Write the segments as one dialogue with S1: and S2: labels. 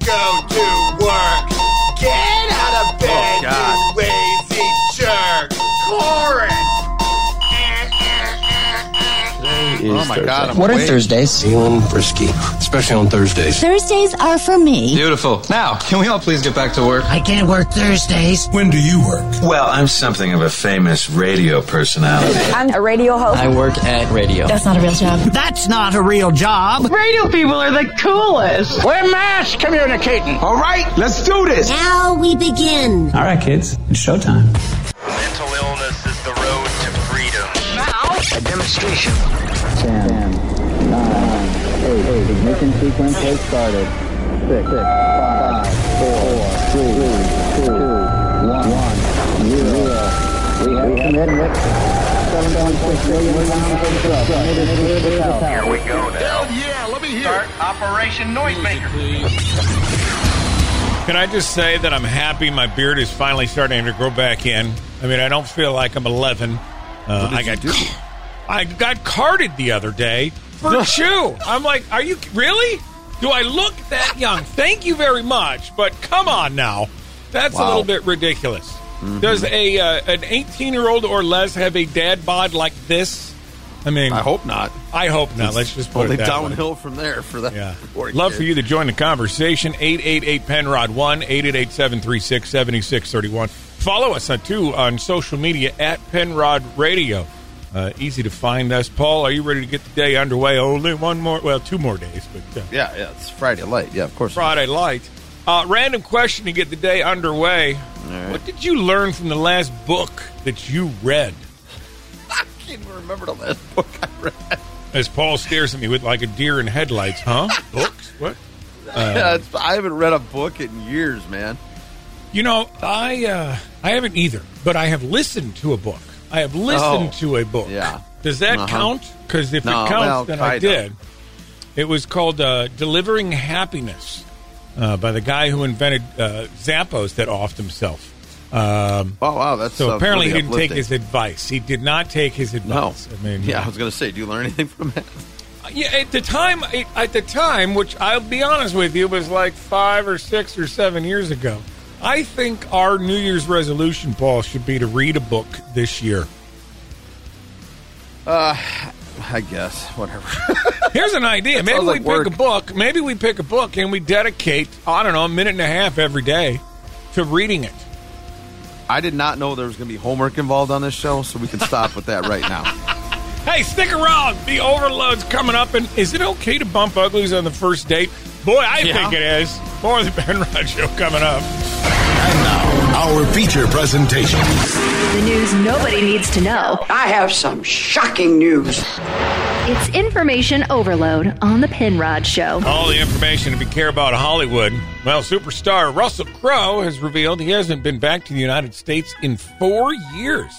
S1: to work. Get out of bed,
S2: God.
S1: you lazy jerk. Chorus. Eh, eh, eh, eh.
S2: Oh my God! I'm
S3: What are
S2: awake.
S3: Thursdays?
S4: feeling frisky, especially on Thursdays.
S5: Thursdays are for me.
S2: Beautiful. Now, can we all please get back to work?
S6: I can't work Thursdays.
S4: When do you work?
S7: Well, I'm something of a famous radio personality.
S8: I'm a radio host.
S3: I work at radio.
S5: That's not a real job.
S6: That's not a real job.
S9: Radio people are the coolest.
S10: We're mass communicating.
S1: All right, let's do this.
S5: Now we begin.
S10: All right, kids, it's showtime.
S1: Mental illness is the road to freedom.
S9: Now,
S10: A demonstration.
S1: Here we go now.
S9: yeah, let me
S1: Start Operation Noisemaker.
S11: Can I just say that I'm happy my beard is finally starting to grow back in? I mean, I don't feel like I'm 11. Uh, I got ca- I got carded the other day for chew. I'm like, are you really? Do I look that young? Thank you very much, but come on now, that's a little bit ridiculous. Does
S2: Mm-hmm.
S11: a uh, an 18 year old or less have a dad bod like this? I mean,
S2: I hope not.
S11: I hope not. Let's just put
S2: Only
S11: it that way.
S2: downhill from there for that.
S11: Yeah.
S2: poor
S11: Love
S2: kid.
S11: for you to join the conversation. 888 Penrod 1 888 736 7631. Follow us on, too on social media at E Penrod Radio. Uh, easy to find us. Paul, are you ready to get the day underway? Only one more, well, two more days, but uh,
S2: Yeah, yeah. It's Friday late. Yeah, of course.
S11: Friday light. Uh, random question to get the day underway. What did you learn from the last book that you read?
S2: I can't even remember the last book
S11: Uh,
S2: I read.
S11: As Paul stares at me with like a deer in headlights, huh? Books? What?
S2: yeah, it's, I haven't read a book in years, man.
S11: You know, I uh, I haven't either, but I have listened to a book. I have listened
S2: Oh,
S11: to a book.
S2: yeah.
S11: Does that
S2: Uh-huh.
S11: count? Because if
S2: No,
S11: it counts,
S2: well,
S11: then I
S2: kinda.
S11: did. It was called uh, "Delivering Happiness" uh, by the guy who invented uh, Zappos that offed himself. Um,
S2: Oh wow, that's
S11: so
S2: uh,
S11: apparently he
S2: really
S11: didn't
S2: uplifting.
S11: take his advice. He did not take his
S2: No,
S11: advice. I mean,
S2: yeah, I was gonna say, do you learn anything from it?
S11: yeah, at the time, at the time, which I'll be honest with you, was like five or six or seven years ago. I think our New Year's resolution, Paul, should be to read a book this year.
S2: I guess whatever.
S11: Here's an idea. Maybe
S2: sounds
S11: we
S2: like
S11: pick
S2: work.
S11: a book. Maybe we pick a book and we dedicate, I don't know, a minute and a half every day to reading it.
S2: I did not know there was gonna be homework involved on this show, so we can stop with that right now.
S11: Hey, stick around. The overload's coming up. And is it okay to bump uglies on the first date? Boy, I
S2: Yeah.
S11: think it is. More of the Ben Rod Show coming up.
S4: And now, our feature presentation.
S8: The news nobody needs to know.
S9: I have some shocking news.
S5: It's information overload on the Penrod Show.
S11: All the information if you care about Hollywood. Well, superstar Russell Crowe has revealed he hasn't been back to the United States in four years.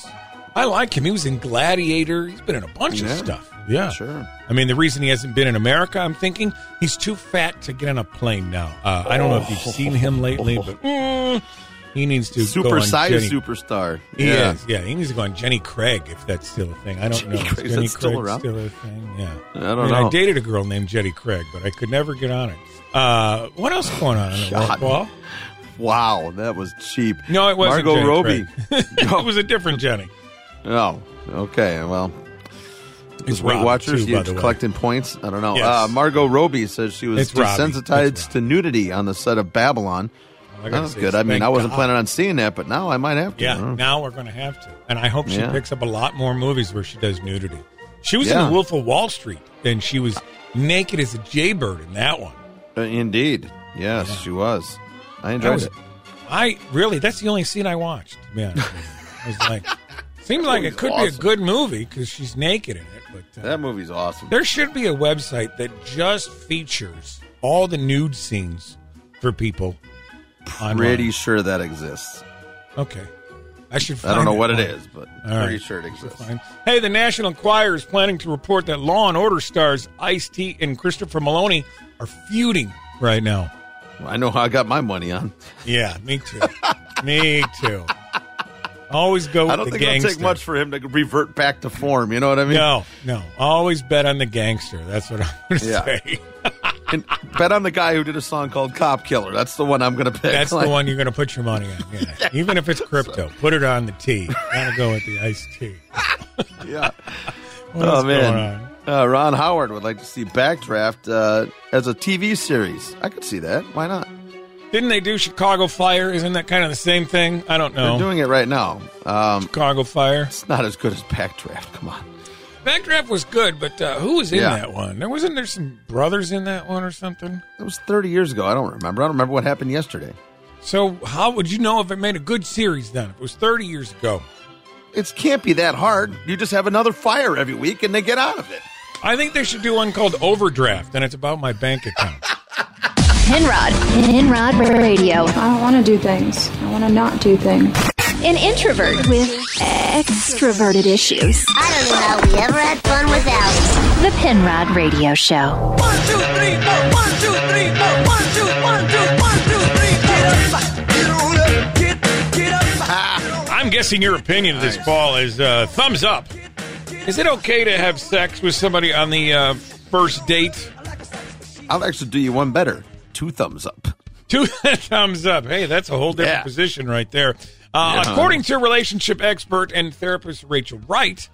S11: I like him. He was in Gladiator. He's been in a bunch of
S2: Yeah.
S11: stuff. Yeah.
S2: Sure.
S11: I mean, the reason he hasn't been in America, I'm thinking, he's too fat to get on a plane now. Uh, I don't know if you've seen him lately, but mm, he needs to go
S2: Super
S11: on
S2: size
S11: Jenny-
S2: superstar.
S11: He is. Yeah, he needs to go on Jenny Craig if that's still a thing. I don't
S2: Jenny
S11: know. Is
S2: Craig, is
S11: Jenny
S2: that still
S11: Craig
S2: around?
S11: still a thing? Yeah.
S2: I don't
S11: mean, I
S2: know.
S11: dated a girl named Jenny Craig, but I could never get on it. Uh, what else going on in the world,
S2: God.
S11: Paul?
S2: Wow, that was cheap.
S11: No, it wasn't
S2: Margot
S11: Jenny
S2: Robbie.
S11: Craig.
S2: No.
S11: it was a different Jenny.
S2: Oh, okay. Well,
S11: It's
S2: those Weight
S11: Rob,
S2: Watchers,
S11: too,
S2: you
S11: by the way.
S2: collecting points. I don't know.
S11: Yes.
S2: Uh, Margot Robbie says she was
S11: It's Robbie. It's
S2: desensitized to nudity on the set of Babylon.
S11: I gotta
S2: That was
S11: say,
S2: Oh, good. I mean,
S11: thank
S2: I wasn't
S11: God.
S2: planning on seeing that, but now I might have to. I
S11: Yeah,
S2: don't know.
S11: now we're going to have to. And I hope she
S2: Yeah.
S11: picks up a lot more movies where she does nudity. She was
S2: Yeah.
S11: in Wolf of Wall Street, and she was naked as a jaybird in that one.
S2: Uh, Indeed. Yes, she was. I
S11: That
S2: enjoyed
S11: was,
S2: it.
S11: I really, that's the only scene I watched. Yeah. I was like, seems like it
S2: movie's
S11: could be a
S2: awesome.
S11: good movie because she's naked in it. But uh,
S2: That movie's awesome.
S11: there should be a website that just features all the nude scenes for people. online.
S2: Pretty sure that exists.
S11: Okay. I should
S2: I don't
S11: find
S2: know
S11: that
S2: what it
S11: one.
S2: is, but
S11: All right.
S2: pretty sure it exists.
S11: Fine. Hey, the National Enquirer is planning to report that Law and Order stars Ice T and Christopher Maloney are feuding right now.
S2: I know how I got my money on.
S11: Yeah, me too. me too. Always go. With
S2: I don't
S11: Oh, the
S2: think
S11: gangster.
S2: it'll take much for him to revert back to form. You know what I mean?
S11: No, no. Always bet on the gangster. That's what I'm going to
S2: Yeah.
S11: say.
S2: and bet on the guy who did a song called Cop Killer. That's the one I'm going to pick.
S11: That's
S2: Like,
S11: the one you're going to put your money on. Yeah. Even if it's crypto, put it on the tea. Got to go with the iced tea.
S2: Yeah.
S11: What
S2: oh
S11: is
S2: man. Uh, Ron Howard would like to see Backdraft uh, as a TV series. I could see that. Why not?
S11: on? Didn't they do Chicago Fire? Isn't that kind of the same thing? I don't know.
S2: They're doing it right now. Um,
S11: Chicago Fire.
S2: it's not as good as Backdraft. Come on.
S11: Backdraft was good, but uh, who was in
S2: Yeah.
S11: that one? There wasn't there some brothers in that one or something.
S2: That was 30 years ago. I don't remember. I don't remember what happened yesterday.
S11: So how would you know if it made a good series then? If it was 30 years ago.
S2: It can't be that hard. You just have another fire every week and they get out of it.
S11: I think they should do one called Overdraft, and it's about my bank account.
S5: Pinrod. Pinrod Radio.
S8: I don't want to do things. I want to not do things.
S5: An introvert with extroverted issues.
S3: I don't know how we ever had fun without it.
S5: The Pinrod Radio Show.
S10: One, two, three, four. One, two, three, four. One, two, one, two, one, two, three. Get up, get on up, get, get up.
S11: I'm guessing your opinion of this ball is uh, thumbs up. Is it okay to have sex with somebody on the uh, first date?
S2: I'll actually do you one better. Two thumbs up.
S11: Two thumbs up. Hey, that's a whole different
S2: Yeah.
S11: position right there. Uh,
S2: Yeah.
S11: According to relationship expert and therapist Rachel Wright,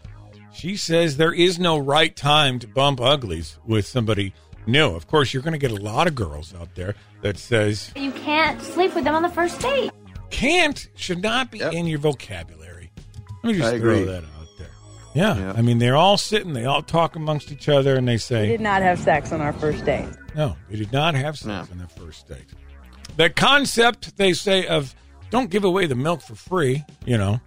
S11: she says there is no right time to bump uglies with somebody new. Of course, you're going to get a lot of girls out there that says
S3: You can't sleep with them on the first date.
S11: can't should not be
S2: Yep.
S11: in your vocabulary. Let me just
S2: I
S11: throw
S2: agree.
S11: that out there. Yeah,
S2: Yeah.
S11: I mean they're all sitting, they all talk amongst each other, and they say
S9: not have sex on our first date.
S11: no, they did not have sex
S2: No.
S11: on their first date. The concept they say of don't give away the milk for free, you know,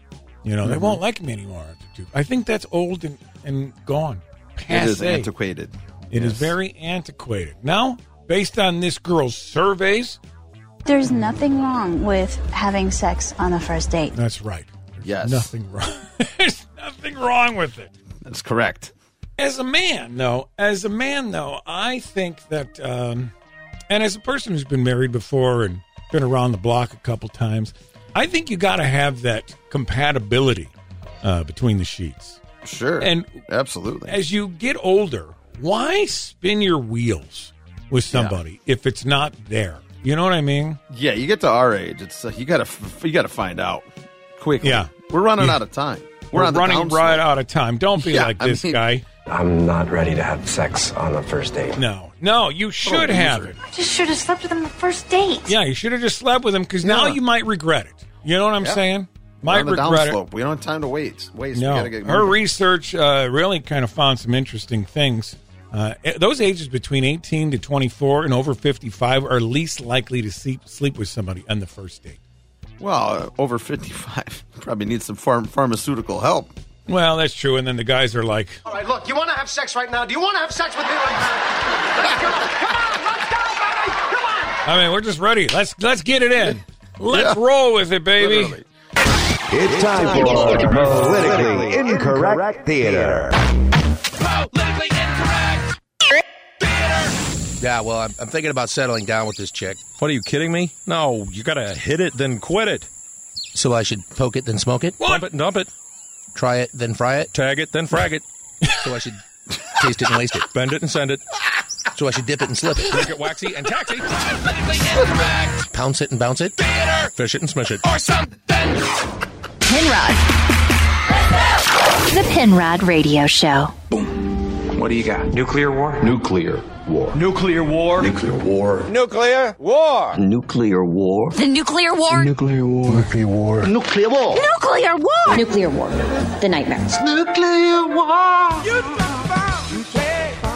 S11: you know they
S2: Mm-hmm.
S11: won't like me anymore. after two- I think that's old and, and gone.
S2: It is
S11: Passé.
S2: antiquated.
S11: It is
S2: Yes.
S11: very antiquated. Now, based on this girl's surveys,
S3: There's nothing wrong with having sex on the first date.
S11: that's right. There's
S2: Yes.
S11: nothing wrong. There's nothing wrong with it.
S2: That's correct.
S11: as a man though as a man though i think that um and as a person who's been married before and been around the block a couple times i think you got to have that compatibility uh, between the sheets
S2: Sure.
S11: And-
S2: absolutely.
S11: as you get older why spin your wheels with somebody if it's not there you know what i mean
S2: yeah, you get to our age, it's uh, you got to f- you got to find out quickly.
S11: Yeah.
S2: We're running out of time. We're,
S11: we're
S2: on the
S11: running
S2: downslope.
S11: right out of time don't be
S2: Yeah,
S11: like
S2: I
S11: this
S2: mean-
S11: guy
S10: I'm not ready to have sex on the first date.
S11: no no you should have it
S2: loser.
S3: I just should have slept with them on the first date.
S11: yeah you should have just slept with him because now
S2: Yeah.
S11: you might regret it you know what i'm
S2: Yeah.
S11: saying
S2: We're
S11: might
S2: on the
S11: regret it
S2: downslope. We don't have time to wait. Waste. We
S11: No,
S2: gotta get
S11: her
S2: moving.
S11: research uh, really kind of found some interesting things. Uh, eh, those ages between 18 to 24 and over 55 are least likely to sleep, sleep with somebody on the first date.
S2: Well, uh, over 55. Probably needs some farm- pharmaceutical help.
S11: Well, that's true. And then the guys are like,
S10: All right, look, you want to have sex right now? Do you want to have sex with me right now? Let's go. Come on, let's go, baby. Come on.
S11: I mean, we're just ready. Let's let's get it in. Let's
S2: Yeah.
S11: roll with it, baby.
S2: Literally.
S4: It's time for politically incorrect theater.
S12: Yeah, well, I'm, I'm thinking about settling down with this chick. What are you kidding me? No, you gotta hit it, then quit it. So I should poke it, then smoke it?
S11: What?
S12: Dump it, dump it. Try it, then fry it. Tag it, then frag it. So I should taste it and waste it. Bend it and send it. So I should dip it and slip it. Make it waxy and taxi. Pounce it and bounce it. Fish it and smish it.
S5: Pinrod. The Pinrod Radio Show.
S10: What do you got? Nuclear war?
S4: Nuclear war.
S10: Nuclear war?
S4: Nuclear war.
S10: Nuclear war.
S4: Nuclear war.
S8: The nuclear war?
S4: Nuclear war. Nuclear war.
S10: Nuclear war.
S8: nuclear war! Nuclear war. The nightmares.
S10: Nuclear war.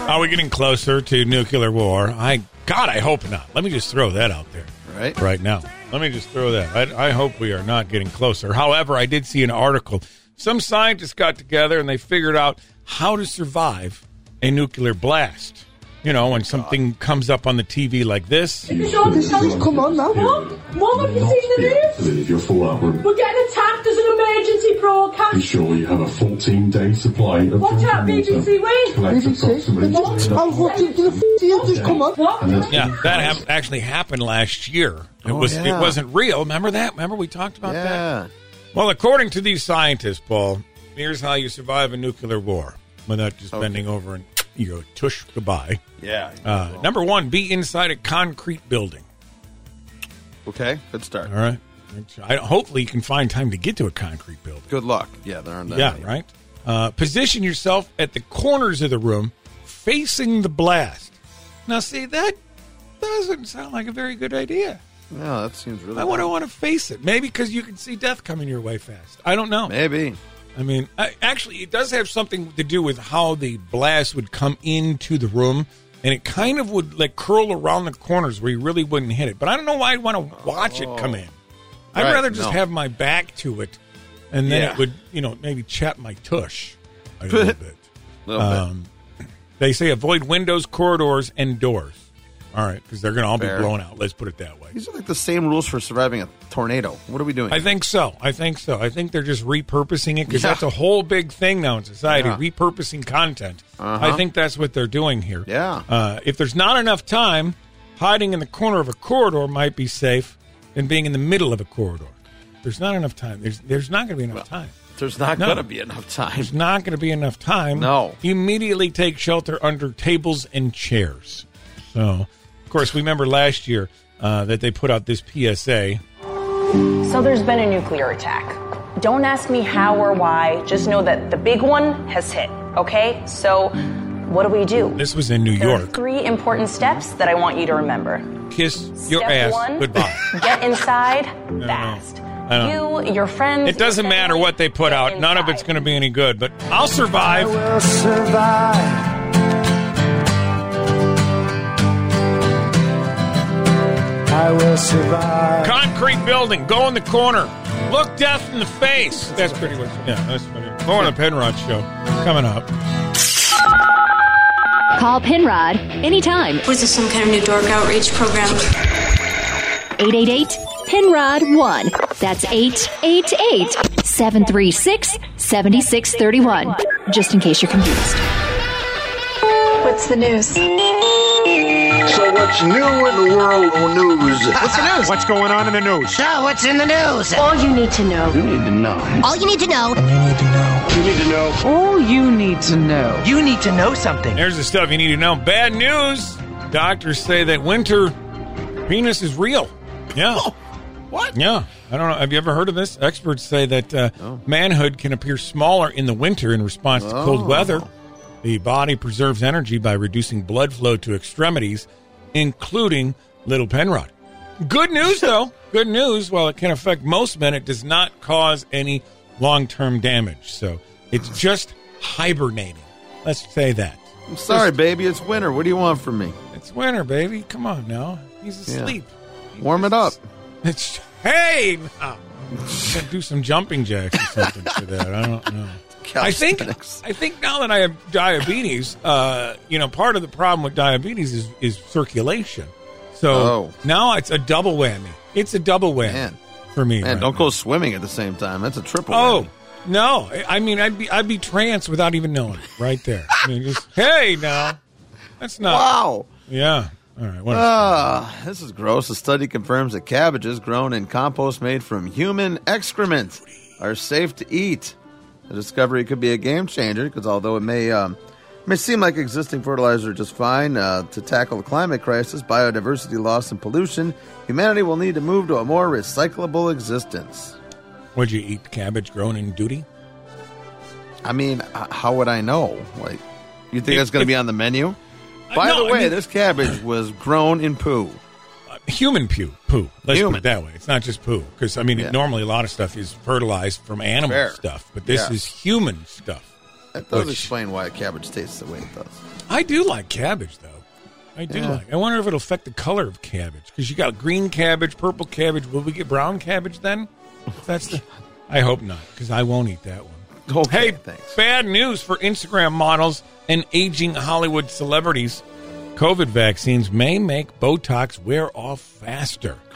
S11: Are we getting closer to nuclear war? I God, I hope not. Let me just throw that out there.
S2: Right?
S11: right now. Let me just throw that. I, I hope we are not getting closer. However, I did see an article. Some scientists got together and they figured out how to survive a nuclear blast. You know, when something comes up on the TV like this.
S3: Mom, have you seen the news?
S4: If you're fallout,
S3: We're getting attacked as an emergency broadcast.
S4: be sure you have a 14 day supply of.
S3: Watch out, BBC Wales. What?
S11: Yeah, that hap- actually happened last year. It
S2: Oh,
S11: was
S2: yeah.
S11: it wasn't real. Remember that? Remember we talked about that?
S2: Yeah.
S11: Well, according to these scientists, Paul, here's how you survive a nuclear war without just bending over and you go tush goodbye.
S2: Yeah.
S11: Uh, number one, be inside a concrete
S2: Uh,
S11: building.
S2: Okay, good start.
S11: All right. I, hopefully, you can find time to get to a concrete building.
S2: Good luck. Yeah, there aren't that
S11: yeah,
S2: many.
S11: right. Uh, position yourself at the corners of the room, facing the blast. Now, see that doesn't sound like a very good idea.
S2: No, that seems really.
S11: I would not want to face it. Maybe because you can see death coming your way fast. I don't know.
S2: Maybe.
S11: I mean, I, actually, it does have something to do with how the blast would come into the room, and it kind of would like curl around the corners where you really wouldn't hit it. But I don't know why I'd want to watch it come in. I'd
S2: Right,
S11: rather just
S2: no.
S11: have my back to it, and then
S2: Yeah.
S11: it would, you know, maybe chap my tush a little bit.
S2: Little bit.
S11: Um, They say avoid windows, corridors, and doors. All right, because they're going to all
S2: Fair.
S11: be blown out. Let's put it that way.
S2: These are like the same rules for surviving a tornado. What are we doing?
S11: I think so. I think so. I think they're just repurposing it because
S2: Yeah.
S11: that's a whole big thing now in society.
S2: Yeah.
S11: Repurposing content.
S2: Uh-huh.
S11: I think that's what they're doing here.
S2: Yeah.
S11: Uh, if there's not enough time, hiding in the corner of a corridor might be safe than being in the middle of a corridor. There's not enough time. There's there's not going to be enough time.
S2: There's not
S11: No.
S2: going to be enough time.
S11: There's not going to be enough time.
S2: No.
S11: Immediately take shelter under tables and chairs. So, of course, we remember last year uh, that they put out this PSA.
S13: So there's been a nuclear attack. Don't ask me how or why, just know that the big one has hit, okay? So what do we do?
S11: This was in New
S13: There are
S11: York.
S13: three important steps that I want you to remember.
S11: Kiss your
S13: Step
S11: ass
S13: one.
S11: goodbye.
S13: Get inside
S11: I don't know.
S13: fast.
S11: I don't know.
S13: You, your friends.
S11: It doesn't matter what they put out. None of it's going to be any good. But I'll survive.
S10: will survive.
S11: I will survive. Concrete building. Go in the corner. Look death in the face. That's pretty much. Yeah, that's funny. More on the Penrod show coming up.
S5: Call Penrod anytime. Was this some kind of new dork outreach program? 888 Penrod 1. That's 888 736 7631. Just in case you're confused.
S8: What's the news?
S10: So what's new in the world of news? What's the news? What's going on in the news?
S6: So, what's in the news?
S10: All you need to know. You need to know.
S6: All you need to know.
S10: You need to know. All you need to know. You need to know something.
S11: There's the stuff you need to know. Bad news. Doctors say that winter penis is real. Yeah.
S10: Oh.
S2: What? Oh.
S11: Yeah. I don't know. Have you ever heard of this? Experts say that uh, manhood can appear smaller in the winter in response to cold
S2: Oh.
S11: weather. The body preserves energy by reducing blood flow to extremities, including little penrod. Good news, though. Good news. While it can affect most men, it does not cause any long term damage. So it's just hibernating. Let's say that.
S2: I'm sorry, baby. It's winter. What do you want from me?
S11: It's winter, baby. Come on now. He's
S2: Yeah.
S11: asleep.
S2: Warm it up.
S11: It's hey, now. Gotta do some jumping jacks or something for that. I don't know. I think I think now that I have diabetes, uh, you know, part of the problem with diabetes is, is circulation. So
S2: Oh.
S11: now it's a double whammy. It's a double whammy
S2: Man.
S11: for me.
S2: Man,
S11: right
S2: don't go swimming at the same time. That's a triple.
S11: Oh no! I- I mean, I'd be I'd be trance without even knowing it, right there. I mean, just hey, now that's not
S2: Wow.
S11: Yeah. All right. What
S2: Ah, this is gross. A study confirms that cabbages grown in compost made from human excrement are safe to eat. The discovery could be a game changer because although it may um, may seem like existing fertilizer just fine uh, to tackle the climate crisis, biodiversity loss, and pollution, humanity will need to move to a more recyclable existence.
S11: would you eat? Cabbage grown in duty.
S2: I mean, h- how would I know? Like, you think
S11: If-
S2: that's going
S11: if-
S2: to be on the menu? By
S11: Uh, no,
S2: the
S11: I
S2: way,
S11: mean-
S2: this cabbage was grown in poo.
S11: Uh, human poo. Poo. Let's put
S2: Human.
S11: it that way. It's not just poo because I mean,
S2: Yeah.
S11: normally a lot of stuff is fertilized from animal
S2: Fair.
S11: stuff, but this
S2: Yeah.
S11: is human stuff.
S2: That does
S11: Which-
S2: explain why cabbage tastes the way it does.
S11: I do like cabbage though. I do
S2: Yeah.
S11: like. I wonder if it'll affect the color of cabbage because you got green cabbage, purple cabbage. Will we get brown cabbage then? If That's the. I hope not because I won't eat that one.
S2: Okay,
S11: hey,
S2: thanks.
S11: bad news for Instagram models and aging Hollywood celebrities. COVID vaccines may make Botox wear off faster.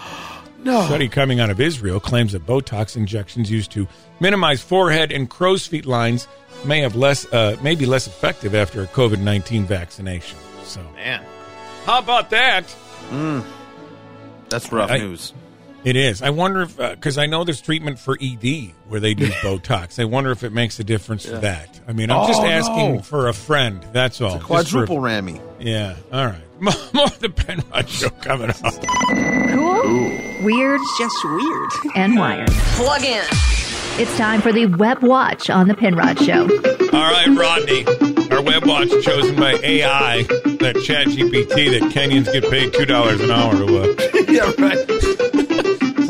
S2: No.
S11: study coming out of Israel claims that Botox injections used to minimize forehead and crow's feet lines may have less, uh, may be less effective after a COVID nineteen vaccination. So,
S2: Man,
S11: how about that?
S2: that's rough
S11: I-
S2: news.
S11: It is. I wonder if because I know there's treatment for ED where they do Botox. I wonder if it makes a difference for
S2: Yeah.
S11: that. I mean, I'm just
S2: Oh,
S11: asking
S2: no.
S11: for a friend. That's all.
S2: It's a
S11: Just for-
S2: quadruple whammy.
S11: Yeah. All right. More, more of the Penrod show coming up.
S5: Cool, weird,
S14: Just weird.
S5: and wired.
S14: Plug in.
S5: It's time for the Web Watch on the Penrod Show.
S11: All right, Rodney. Our web watch chosen by AI, that chat GPT that Kenyans get paid $2 an hour to uh,
S2: yeah, right.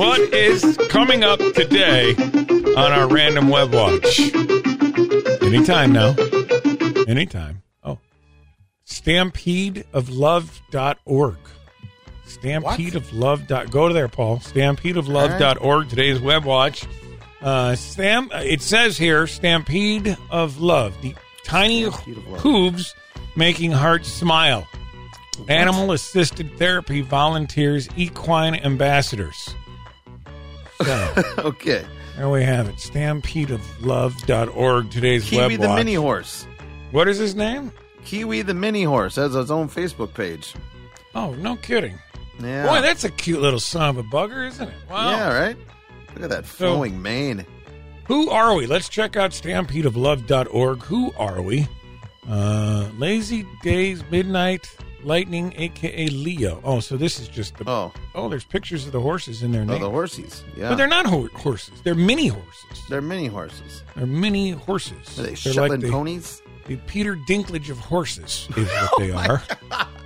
S11: What is coming up today on our random web watch? Anytime now. Anytime. Oh. Stampedeoflove.org. Stampedeoflove. dot- Go to there, Paul. Stampedeoflove.org. Today's web watch. Uh, stam- it says here Stampede of Love. The tiny hooves making hearts smile. Animal assisted therapy volunteers, equine ambassadors. So,
S2: okay.
S11: There we have it. Stampedeoflove.org, today's
S2: Kiwi
S11: web
S2: the
S11: watch.
S2: mini horse.
S11: What is his name?
S2: Kiwi the mini horse has his own Facebook page.
S11: Oh, no kidding.
S2: Yeah.
S11: Boy, that's a cute little son of a bugger, isn't it? Wow.
S2: Yeah, right? Look at that
S11: So-
S2: flowing mane.
S11: Who are we? Let's check out stampedeoflove.org. Who are we? Uh, Lazy Days, Midnight, Lightning, aka Leo. Oh, so this is just the.
S2: Oh,
S11: oh there's pictures of the horses in their
S2: Oh,
S11: name.
S2: the horsies. Yeah.
S11: But they're not ho- horses. They're mini horses.
S2: They're mini horses.
S11: They're mini horses.
S2: Are they
S11: They're
S2: Shetland
S11: the-
S2: ponies?
S11: The Peter Dinklage of horses is
S2: Oh
S11: what they are.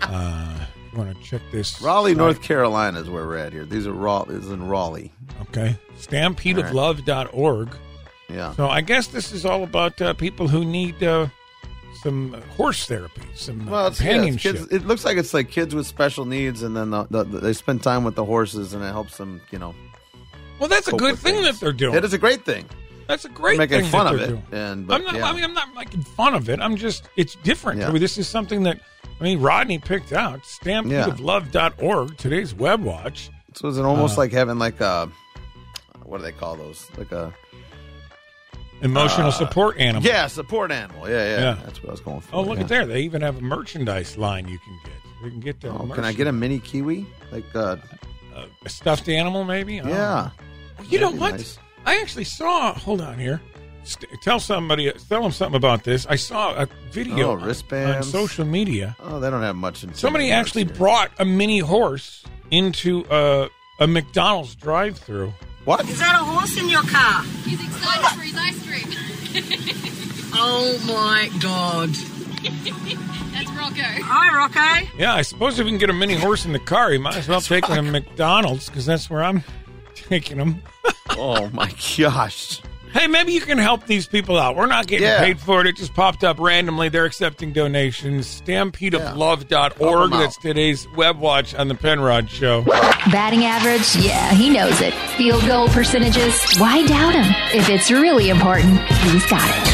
S11: Uh, you want to check this?
S2: Raleigh,
S11: site.
S2: North Carolina is where we're at here. These are Raw is in Raleigh.
S11: Okay.
S2: All
S11: Stampedeoflove.org.
S2: Yeah.
S11: So I guess this is all about uh, people who need uh, some horse therapy, some uh,
S2: Well, it's, yeah, it's
S11: companionship.
S2: kids, it looks like it's like kids with special needs, and then the, the, they spend time with the horses, and it helps them, you know.
S11: well, that's a
S2: cope
S11: good
S2: with
S11: thing that they're doing.
S2: That is a great thing.
S11: That's a great
S2: making
S11: thing
S2: fun
S11: that
S2: of
S11: they're
S2: it,
S11: doing.
S2: and- but,
S11: I'm not,
S2: yeah.
S11: I mean, I'm not making fun of it. I'm just, it's different.
S2: Yeah.
S11: I mean, this is something that, I mean, Rodney picked out stampedeoflove.org, today's web watch.
S2: So is it almost
S11: Uh,
S2: like having like a what do they call those? Like a
S11: Emotional
S2: uh,
S11: support animal.
S2: Yeah, support animal. Yeah, yeah,
S11: Yeah.
S2: That's what I was going for.
S11: Oh, look
S2: yeah.
S11: at there. They even have a merchandise line you can get. You can get the
S2: Oh, can I get a mini kiwi? Like uh,
S11: merchandise. a stuffed animal, maybe? I don't
S2: yeah.
S11: know. You know
S2: That'd be
S11: what?
S2: nice.
S11: I actually saw. Hold on here. St- tell somebody. Tell them something about this. I saw a video
S2: Oh,
S11: on- on
S2: wristbands.
S11: social media.
S2: Oh, they don't have much. in
S11: Somebody
S2: Sydney,
S11: actually
S2: that's
S11: brought a mini horse into a, a McDonald's drive-through.
S2: What?
S14: Is that a horse in your car?
S15: He's excited for his ice cream.
S14: Oh my god.
S15: That's Rocco.
S14: Hi, Rocco.
S11: Yeah, I suppose if you can get a mini horse in the car, you might as well take him to McDonald's because that's where I'm taking him.
S2: here. oh my gosh.
S11: Hey, maybe you can help these people out. We're not getting
S2: Yeah.
S11: paid for it. It just popped up randomly. They're accepting donations.
S2: Help 'em
S11: Stampedeoflove.org.
S2: out.
S11: That's today's web watch on the Penrod Show.
S5: Batting average? Yeah, he knows it. Field goal percentages? Why doubt him? If it's really important, he's got it.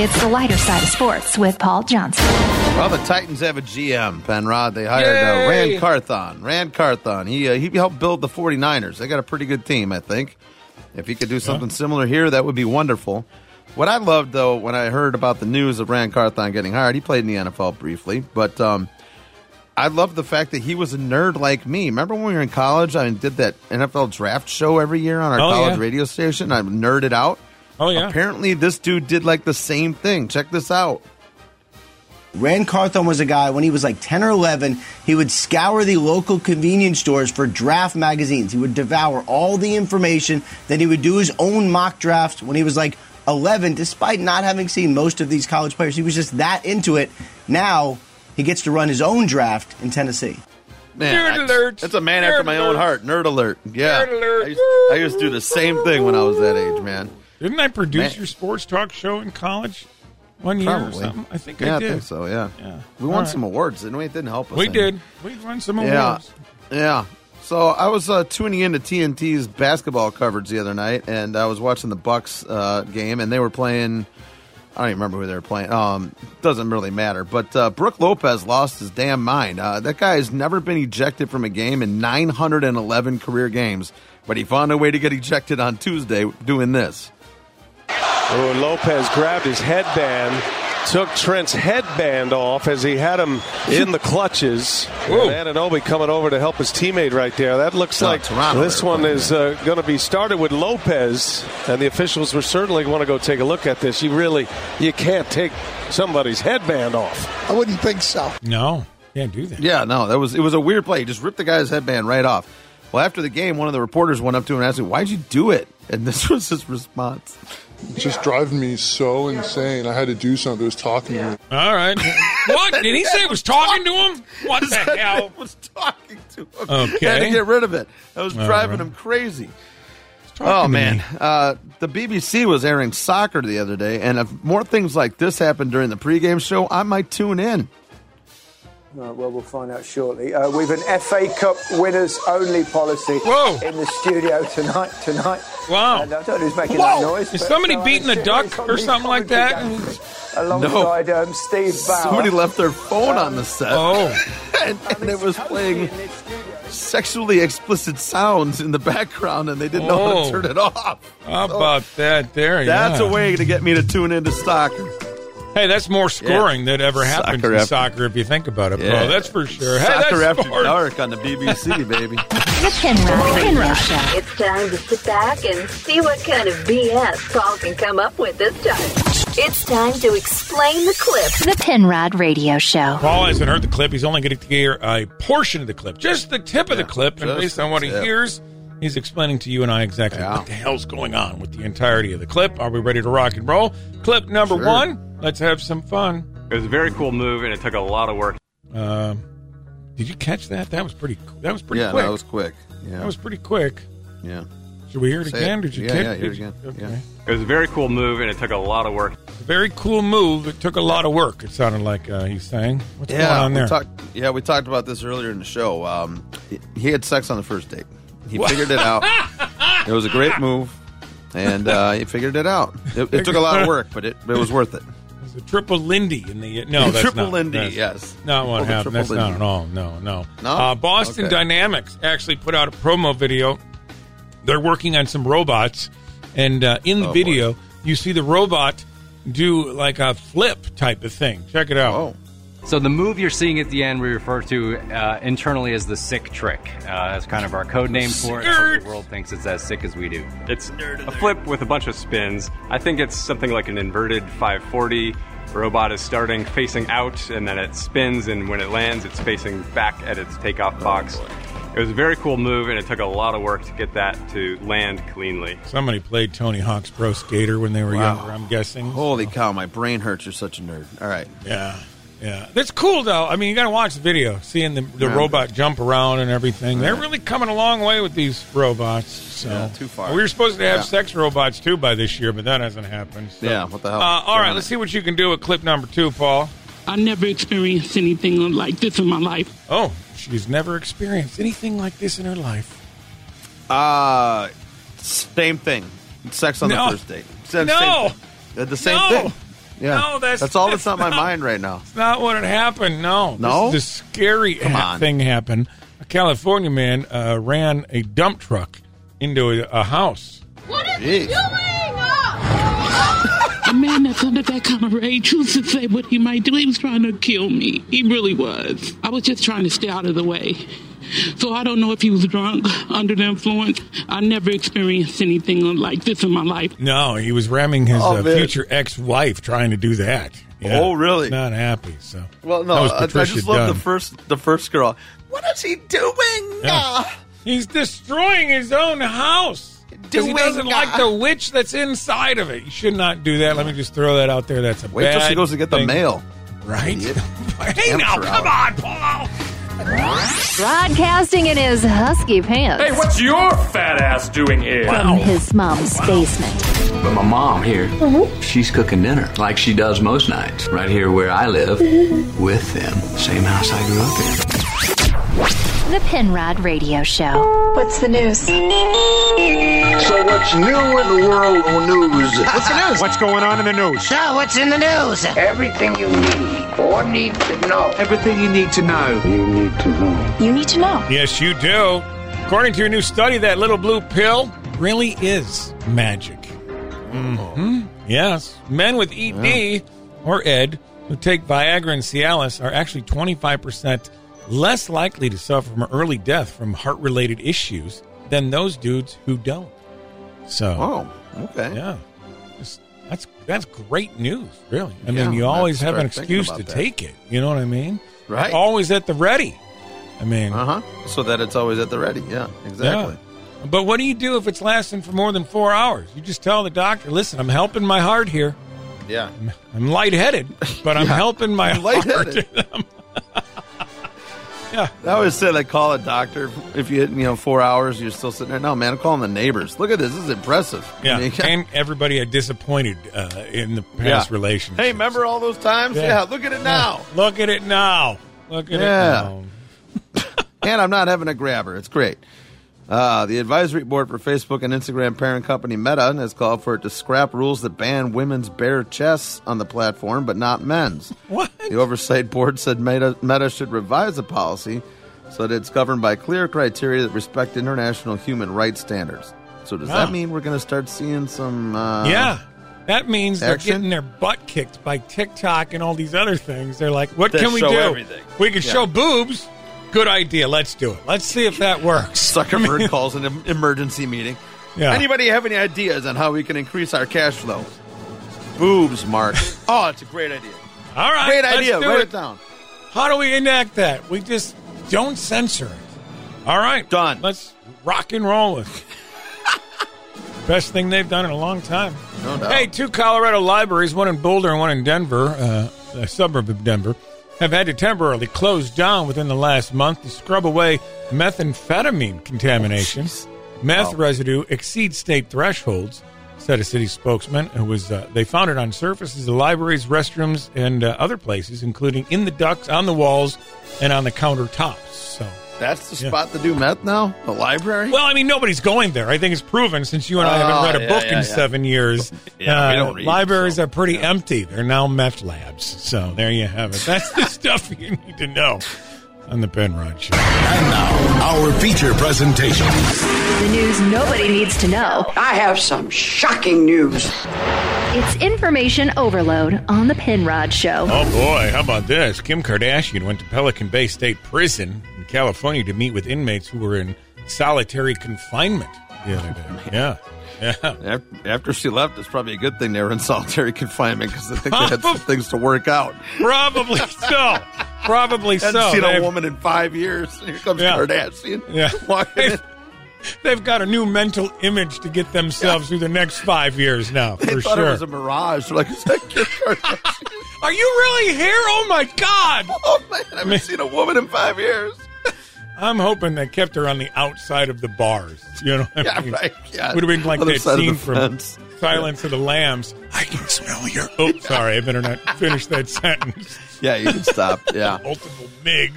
S5: It's the lighter side of sports with Paul Johnson.
S2: Well, the Titans have a GM, Penrod. They hired uh,
S5: Yay!
S2: Rand Carthon. Rand Carthon. He uh, he helped build the 49ers. They got a pretty good team, I think. If he could do something similar here, that would be wonderful. What I loved though when I heard about the news of Rand Carthon getting hired, he played in the NFL briefly, but um, I love the fact that he was a nerd like me. Remember when we were in college? I did that NFL draft show every year on our
S11: Oh,
S2: college
S11: yeah.
S2: radio station. I nerded out.
S11: Oh yeah.
S2: Apparently, this dude did like the same thing. Check this out.
S16: Rand Carthon was a guy when he was like 10 or 11, he would scour the local convenience stores for draft magazines. He would devour all the information. Then he would do his own mock drafts when he was like 11, despite not having seen most of these college players. He was just that into it. Now he gets to run his own draft in Tennessee.
S2: Man,
S16: Nerd
S2: I-
S16: alert.
S2: That's a man
S16: Nerd
S2: after my own
S16: alert.
S2: heart. Nerd alert. Yeah.
S11: Nerd alert.
S2: I used, I used to do the same thing when I was that age, man.
S11: Didn't I produce
S2: Man.
S11: your sports talk show in college one year or
S2: Probably.
S11: something? I think
S2: Yeah,
S11: I did.
S2: think so, yeah.
S11: Yeah.
S2: We won
S11: All right.
S2: some awards, didn't we? It didn't help us.
S11: We
S2: any.
S11: did. We won some
S2: Yeah.
S11: awards.
S2: Yeah. So I was uh, tuning into TNT's basketball coverage the other night, and I was watching the Bucks uh, game, and they were playing. I don't even remember who they were playing. Um, doesn't really matter. But uh, Brooke Lopez lost his damn mind. Uh, that guy has never been ejected from a game in 911 career games, but he found a way to get ejected on Tuesday doing this.
S17: Oh, and Lopez grabbed his headband took Trent's headband off as he had him in the clutches.
S11: Ooh.
S17: And Ananobi coming over to help his teammate right there. That looks
S11: Oh,
S2: Uh,
S17: like
S11: Toronto
S17: this
S11: they're
S17: one
S11: playing,
S17: is uh, going to be started with Lopez, and the officials were certainly want to go take a look at this. You really, you can't take somebody's headband off.
S18: I wouldn't think so.
S11: No, can't do that.
S2: Yeah, no, that was it was a weird play. He just ripped the guy's headband right off. Well, after the game, one of the reporters went up to him and asked him, "Why'd you do it?" And this was his response.
S18: Just driving me so insane. I had to do something. It was talking to me.
S11: All right. What? Did he say it was talking to him? What the hell?
S2: was talking to him.
S11: Okay.
S2: Had to get rid of it. That was
S11: All
S2: driving
S11: right.
S2: him crazy.
S11: talking
S2: Oh
S11: to
S2: man,
S11: me.
S2: uh, the BBC was airing soccer the other day, and if more things like this happen during the pregame show, I might tune in.
S19: Uh, well, we'll find out shortly. Uh, we've an FA Cup winners only policy in the studio tonight. Tonight.
S11: Wow.
S19: And uh, I don't know who's making
S11: Whoa.
S19: that noise.
S11: Is
S19: but,
S11: somebody
S19: uh,
S11: beating a
S19: it's
S11: duck
S19: on
S11: or
S19: the
S11: something like
S19: commentary
S11: that?
S19: game Alongside um, Steve Bauer.
S2: Somebody left their phone on the set.
S11: Oh,
S2: and, and it was playing sexually explicit sounds in the background, and they didn't know how
S11: Oh.
S2: to turn it off.
S11: How about that? There,
S2: That's
S11: yeah.
S2: a way to get me to tune into soccer.
S11: Hey, that's more scoring
S2: Yeah.
S11: that ever happened
S2: Soccer
S11: in
S2: after-
S11: soccer if you think about it, bro.
S2: Yeah.
S11: Oh, That's for sure. Hey,
S2: Soccer
S11: that's
S2: after
S11: sports.
S2: dark on the BBC, baby.
S5: With Penrod Radio Show.
S20: It's time to sit back and see what kind of BS Paul can come up with this time. It's time to explain the clip.
S5: The Penrod Radio Show.
S11: Paul hasn't heard the clip. He's only going to hear a portion of the clip, just the tip of the clip. And
S17: just
S11: based on what he
S17: the tip.
S11: hears, he's explaining to you and I exactly what the hell's going on with the entirety of the clip. Are we ready to rock and roll? Clip number
S21: Sure.
S11: one. Let's have some fun.
S21: It was a very cool move, and it took a lot of work.
S11: Um, did you catch that? That was pretty. That was pretty
S2: Yeah,
S11: quick.
S2: that was quick. Yeah.
S11: That was pretty quick.
S2: Yeah.
S11: Should we hear it
S2: Say
S11: again?
S2: it.
S11: Did you
S2: Yeah,
S11: catch
S2: yeah, hear it
S11: did you-
S2: again.
S11: okay.
S2: Yeah.
S21: It was a very cool move, and it took a lot of work.
S11: Very cool move. It took a lot of work. It sounded like uh, he's saying. What's
S2: yeah,
S11: going on there?
S2: We talked, yeah, we talked about this earlier in the show. Um, he- he had sex on the first date. He figured it out. it was a great move, and uh, he figured it out. It, it took a lot of work, but it, it was worth it.
S11: It's a triple Lindy in the no, that's
S2: Triple
S11: not,
S2: Lindy,
S11: that's
S2: yes.
S11: not
S2: Triple
S11: what
S2: the
S11: happened.
S2: triple
S11: That's not
S2: Lindy.
S11: at all. No, no,
S2: No?
S11: Uh, Boston
S2: Okay.
S11: Dynamics actually put out a promo video. They're working on some robots, and uh, in the
S2: Oh, boy.
S11: video, you see the robot do like a flip type of thing. Check it out.
S2: Oh.
S22: So the move you're seeing at the end, we refer to uh, internally as the sick trick. Uh, that's kind of our code name for it. So
S21: Sick.
S22: the world thinks it's as sick as we do.
S21: It's a flip with a bunch of spins. I think it's something like an inverted 540. Robot is starting facing out, and then it spins, and when it lands, it's facing back at its takeoff box. It was a very cool move, and it took a lot of work to get that to land cleanly.
S11: Somebody played Tony Hawk's Pro Skater when they were
S2: Wow.
S11: younger. I'm guessing.
S2: Holy cow, my brain hurts. You're such a nerd. All right.
S11: Yeah. Yeah. That's cool though. I mean, you got to watch the video, seeing the, the
S2: Yeah.
S11: robot jump around and everything. They're really coming a long way with these robots. So
S2: Yeah, too far.
S11: We were supposed to have
S2: Yeah.
S11: sex robots too by this year, but that hasn't happened. So.
S2: Yeah, what the
S11: Uh,
S2: hell?
S11: all right, let's see what you can do with clip number two, Paul.
S23: I never experienced anything like this in my life.
S11: Oh, she's never experienced anything like this in her life.
S2: Uh, same thing. Sex on
S11: No.
S2: the first date. Same,
S11: No.
S2: Same thing. Uh, The same
S11: No.
S2: thing. Yeah.
S11: No, that's-
S2: that's all that's
S11: that's
S2: on my mind right now.
S11: It's not what had happened. No,
S2: No?
S11: This, this scary
S2: Come
S11: ha-
S2: on.
S11: thing happened. A California man uh, ran a dump truck into a, a house.
S23: What
S2: is he doing?
S23: A man that's under that kind of rage who's to say what he might do. He was trying to kill me. He really was. I was just trying to stay out of the way. So I don't know if he was drunk, under the influence. I never experienced anything like this in my life.
S11: No, he was ramming his
S23: Oh,
S11: uh,
S23: man.
S11: future ex-wife trying to do that.
S2: Oh, really?
S11: Not happy. So
S2: Well, no,
S11: That was
S2: I, I
S11: Patricia
S2: just love
S11: Dunn.
S2: the first the first girl. What is he doing? Ah.
S11: Yeah. He's destroying his own house. 'Cause he
S2: Doing
S11: doesn't
S2: God.
S11: like the witch that's inside of it. You should not do that. Let me just throw that out there. That's a
S2: Wait till
S11: bad
S2: she goes to get the
S11: thing.
S2: mail.
S11: Right? hey,
S2: Amateur
S11: now, come on, Paul.
S5: Broadcasting in his husky pants.
S24: Hey, what's your fat ass doing here?
S5: From his mom's basement.
S25: But my mom here, she's cooking dinner like she does most nights, right here where I live, with them. Same house I grew up in.
S5: The Penrod Radio Show.
S8: What's the news?
S26: So what's new in the world of news?
S6: What's the news?
S26: What's going on in the news?
S6: So, what's in the news?
S26: Everything you need or need to know. Everything you need to know. You need to know.
S8: You need to know.
S11: Yes, you do. According to a new study, that little blue pill really
S2: Mm-hmm.
S11: is magic. hmm Yes. Men with ED or Ed who take Viagra and Cialis are actually 25% less likely to suffer from early death from heart related issues than those dudes who don't. So,
S2: oh, okay.
S11: Yeah. It's- That's that's great news, really. I
S2: Yeah,
S11: mean, you
S2: I'm
S11: always
S2: gonna
S11: have an
S2: start thinking
S11: excuse
S2: about
S11: to
S2: that.
S11: take it. You know what I mean?
S2: Right.
S11: Always at the ready. I mean,
S2: Uh huh. So that it's always at the ready. Yeah, exactly.
S11: yeah. But what do you do if it's lasting for more than four hours? You just tell the doctor, listen, I'm helping my heart here.
S2: Yeah.
S11: I'm lightheaded, but I'm
S2: Yeah.
S11: helping my
S2: I'm
S11: heart.
S2: lightheaded.
S11: yeah.
S2: I always said I call a doctor if you hit you know four hours, you're still sitting there. No, man, I'm calling the neighbors. Look at this. This is impressive.
S11: Yeah.
S2: I mean,
S11: and everybody are disappointed uh, in the past
S2: Yeah.
S11: relationship.
S2: Hey, remember all those times?
S11: Yeah.
S2: Yeah. look at it now.
S11: Look at it now. Look at it now.
S2: Yeah. and I'm not having a grabber. It's great. Uh, the advisory board for Facebook and Instagram parent company Meta has called for it to scrap rules that ban women's bare chests on the platform, but not men's.
S11: What?
S2: The oversight board said Meta, Meta should revise the policy so that it's governed by clear criteria that respect international human rights standards. So does
S11: Wow.
S2: that mean we're going to start seeing some? Uh,
S11: Ah. yeah. That means they're
S2: action?
S11: getting their butt kicked by TikTok and all these other things. They're like, what
S2: That
S11: can we
S2: show
S11: do?
S2: everything.
S11: We can
S2: Yeah.
S11: show boobs. Good idea. Let's do it. Let's see if that works.
S2: Zuckerberg calls an em- emergency meeting.
S11: Yeah.
S2: Anybody have any ideas on how we can increase our cash flow? Boobs, Mark. oh, it's a great idea.
S11: All right.
S2: Great
S11: let's
S2: idea.
S11: do
S2: Write
S11: it.
S2: it down.
S11: How do we enact that? We just don't censor it. All right.
S2: Done.
S11: Let's rock and roll with it. Best thing they've done in a long time.
S2: No doubt.
S11: Hey, two Colorado libraries, one in Boulder and one in Denver, uh, a suburb of Denver, have had to temporarily close down within the last month to scrub away methamphetamine
S2: Oh,
S11: contamination. Meth residue exceeds state thresholds, said a city spokesman. Who was uh, they found it on surfaces of libraries, restrooms, and uh, other places, including in the ducts, on the walls, and on the countertops. So.
S2: That's the
S11: Yeah.
S2: spot to do meth now? The library?
S11: Well, I mean, nobody's going there. I think it's proven since you and I haven't
S2: Oh,
S11: read a
S2: yeah,
S11: book
S2: yeah,
S11: in
S2: yeah.
S11: seven years. Uh,
S2: Yeah, we don't read,
S11: libraries are pretty empty. They're now meth labs. So there you have it. That's the stuff you need to know on the Penrod Show.
S1: And now, our feature presentation.
S5: The news nobody needs to know.
S14: I have some shocking news.
S5: It's information overload on the Penrod Show.
S11: Oh boy, how about this? Kim Kardashian went to Pelican Bay State Prison in California to meet with inmates who were in solitary confinement the other
S2: Oh,
S11: day. Yeah. Yeah.
S2: Af- After she left, it's probably a good thing they were in solitary confinement because I think they had some things to work out.
S11: Probably so. Probably
S2: Hadn't
S11: so.
S2: seen a
S11: They've-
S2: woman in five years. Here comes
S11: Yeah.
S2: Kardashian.
S11: Yeah.
S2: Walking in.
S11: They've got a new mental image to get themselves through the next five years now,
S2: They
S11: for
S2: thought
S11: sure.
S2: it was a mirage. They're like, is that Kim Kardashian?
S11: Are you really here? Oh my God!
S2: oh, man, I haven't seen a woman in five years.
S11: I'm hoping they kept her on the outside of the bars. You know, what I
S2: Yeah,
S11: mean?
S2: right. Yeah.
S11: would have been like
S2: Other
S11: that
S2: side of the
S11: scene from
S2: fence.
S11: Silence of the Lambs. I can smell your. Oh, sorry, I better not finish that sentence.
S2: Yeah, you can stop. Yeah.
S11: Multiple MIGs.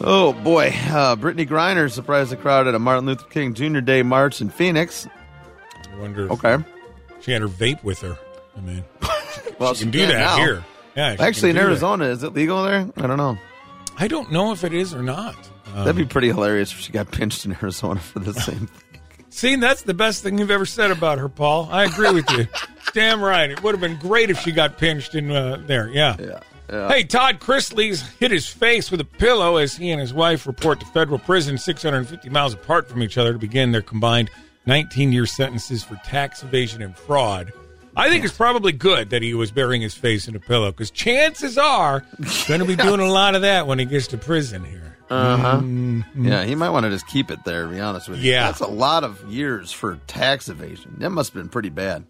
S2: Oh boy, uh, Brittany Griner surprised the crowd at a Martin Luther King Jr. Day march in Phoenix.
S11: I wonder. If
S2: Okay,
S11: She had her vape with her. I mean,
S2: well,
S11: she can do that
S2: now.
S11: here. Yeah, she
S2: Actually, in
S11: can do that.
S2: Arizona, is it legal there? I don't know.
S11: I don't know if it is or not.
S2: That'd be
S11: Um,
S2: pretty hilarious if she got pinched in Arizona for the same. thing.
S11: See, that's the best thing you've ever said about her, Paul. I agree with you. Damn right. It would have been great if she got pinched in uh, there. Yeah.
S2: Yeah. yeah.
S11: Hey, Todd Chrisley's hit his face with a pillow as he and his wife report to federal prison 650 miles apart from each other to begin their combined 19 year sentences for tax evasion and fraud. I think it's probably good that he was burying his face in a pillow because chances are he's going to be doing a lot of that when he gets to prison here.
S2: Uh huh. Yeah, he might want to just keep it there. To be honest with you.
S11: Yeah.
S2: that's a lot of years for tax evasion. That must have been pretty bad.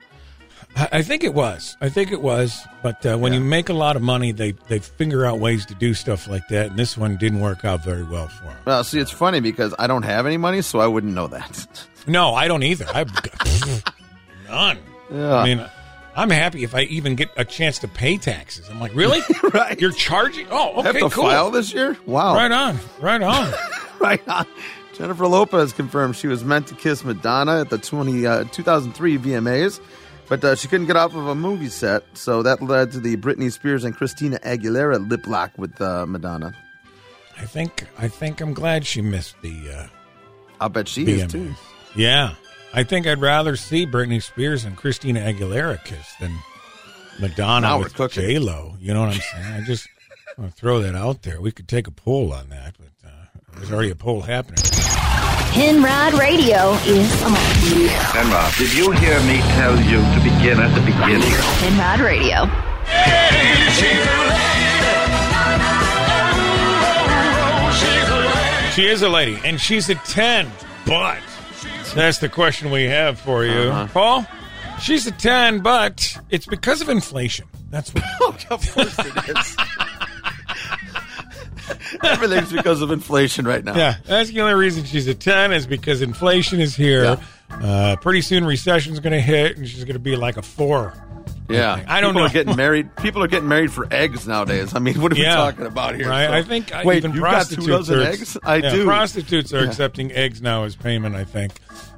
S11: I I think it was. I think it was. But uh, when you make a lot of money, they they figure out ways to do stuff like that. And this one didn't work out very well for him.
S2: Well, see, it's funny because I don't have any money, so I wouldn't know that.
S11: No, I don't either. I've got none.
S2: Yeah.
S11: I mean, I'm happy if I even get a chance to pay taxes. I'm like, really?
S2: Right.
S11: You're charging? Oh, okay,
S2: have to
S11: cool.
S2: file this year? Wow.
S11: Right on. Right on.
S2: right on. Jennifer Lopez confirmed she was meant to kiss Madonna at the 20, uh, 2003 VMAs, but uh, she couldn't get off of a movie set, so that led to the Britney Spears and Christina Aguilera lip lock with uh, Madonna.
S11: I think I think I'm glad she missed the uh,
S2: I bet she
S11: BMAs.
S2: is too.
S11: Yeah. I think I'd rather see Britney Spears and Christina Aguilera kiss than Madonna
S2: Now we're
S11: with J Lo. You know what I'm saying? I just want to throw that out there. We could take a poll on that, but uh, there's already a poll happening.
S5: Penrod Radio is on.
S3: Enra, did you hear me tell you to begin at the beginning?
S5: Penrod Radio.
S11: She is a lady, and she's a 10, but that's the question we have for you.
S2: Uh-huh.
S11: Paul, she's a 10, but it's because of inflation. That's what.
S2: of course it is. Everything's because of inflation right now.
S11: Yeah, that's the only reason she's a 10 is because inflation is here. Uh, pretty soon recession's going to hit, and she's going to be like a 4.
S2: Yeah.
S11: I don't
S2: people
S11: know.
S2: Are getting married. People are getting married for eggs nowadays. I mean, what are we
S11: Yeah.
S2: talking about here?
S11: Right?
S2: So-
S11: I think I-
S2: Wait,
S11: even
S2: you've got two
S11: prostitutes
S2: dozen
S11: are,
S2: eggs? I
S11: yeah,
S2: do.
S11: Prostitutes are
S2: Yeah.
S11: accepting eggs now as payment. I think.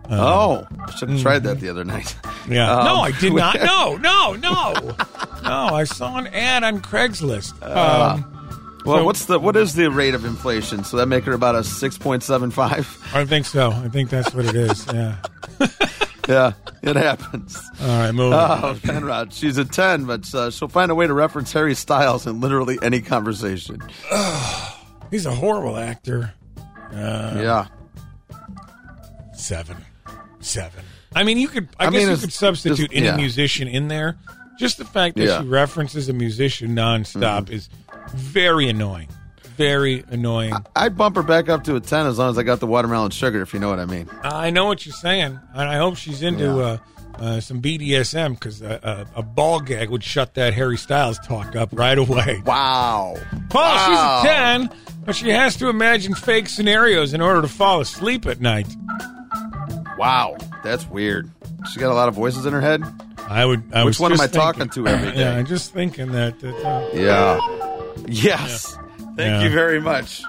S11: Um,
S2: Oh, I should have tried that
S11: mhm.
S2: the other night.
S11: Yeah.
S2: Um,
S11: no, I did not. No, no, no, no. I saw an ad on Craigslist.
S2: Uh,
S11: Um,
S2: well,
S11: so-
S2: what's the what is the rate of inflation? So that make her about a six point seven five.
S11: I think so. I think that's what it is. Yeah.
S2: Yeah, it happens.
S11: All right, move.
S2: Oh,
S11: on.
S2: Penrod, she's a ten, but uh, she'll find a way to reference Harry Styles in literally any conversation.
S11: He's a horrible actor. Uh,
S2: yeah,
S11: Seven. Seven. I mean, you could. I,
S2: I
S11: guess
S2: mean,
S11: you
S2: it's
S11: could substitute
S2: just-
S11: any
S2: yeah.
S11: musician in there. Just the fact that
S2: Yeah. Mm-hmm.
S11: she references a musician nonstop is very annoying. Very annoying.
S2: I'd bump her back up to a ten as long as I got the watermelon sugar, if you know what I mean.
S11: I know what you're saying, and I hope she's into uh, uh, some BDSM because uh, uh, a ball gag would shut that Harry Styles talk up right away.
S2: Wow.
S11: Paul,
S2: Wow.
S11: she's a 10, but she has to imagine fake scenarios in order to fall asleep at night.
S2: Wow, that's weird. She got a lot of voices in her head.
S11: I would. I
S2: Which
S11: was
S2: one am
S11: just
S2: I
S11: thinking-
S2: talking to every day?
S11: Yeah, I'm just thinking that. that uh,
S2: Yeah. Yes. Thank
S11: Yeah.
S2: you very much.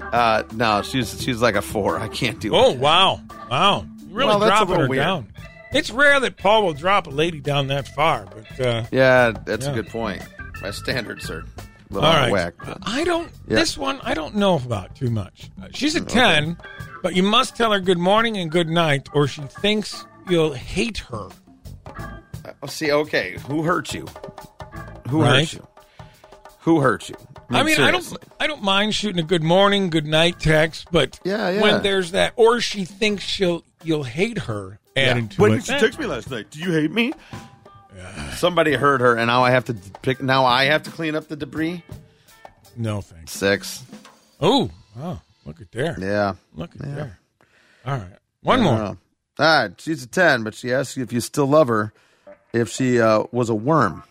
S2: Uh, no, she's she's like a four. I can't do
S11: Oh
S2: it.
S11: wow, wow! You really
S2: Well, that's a
S11: dropping
S2: little
S11: her
S2: weird.
S11: down. It's rare that Paul will drop a lady down that far, but uh,
S2: Yeah, that's
S11: Yeah.
S2: a good point. My standards are a little
S11: All
S2: out
S11: right.
S2: of whack. but-
S11: I don't.
S2: Yeah.
S11: This one I don't know about too much. Uh, She's a ten, but you must tell her good morning and good night, or she thinks you'll hate her.
S2: Uh, See, okay, who hurt you? Who
S11: Right.
S2: hurt you? Who hurt you?
S11: I mean, I don't.
S2: seriously.
S11: I don't mind shooting a good morning, good night text, but
S2: Yeah, yeah.
S11: when there's that, or she thinks she'll you'll hate her. Added to
S2: When
S11: it.
S2: did she text me last night? Do you hate me? Somebody hurt her, and now I have to pick. Now I have to clean up the debris.
S11: No thanks.
S2: Six.
S11: Oh, wow! Look at there.
S2: Yeah.
S11: Look at
S2: Yeah.
S11: there. All right, one
S2: I
S11: more.
S2: don't know. All right, ah, she's a 10, but she asks you if you still love her if she uh, was a worm.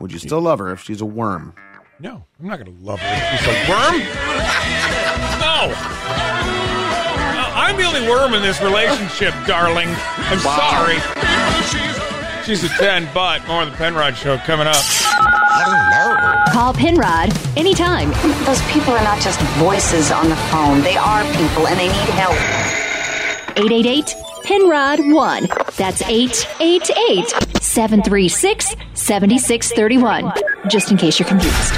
S2: Would you still love her if she's a worm?
S11: No, I'm not going to love her. She's a worm? No. No, I'm the only worm in this relationship, darling. I'm sorry. She's a 10, but more of the Penrod Show coming up.
S5: Call Penrod anytime.
S4: Those people are not just voices on the phone. They are people and they need help.
S5: 888 Penrod 1. That's 888 736 7631. Just in case you're confused.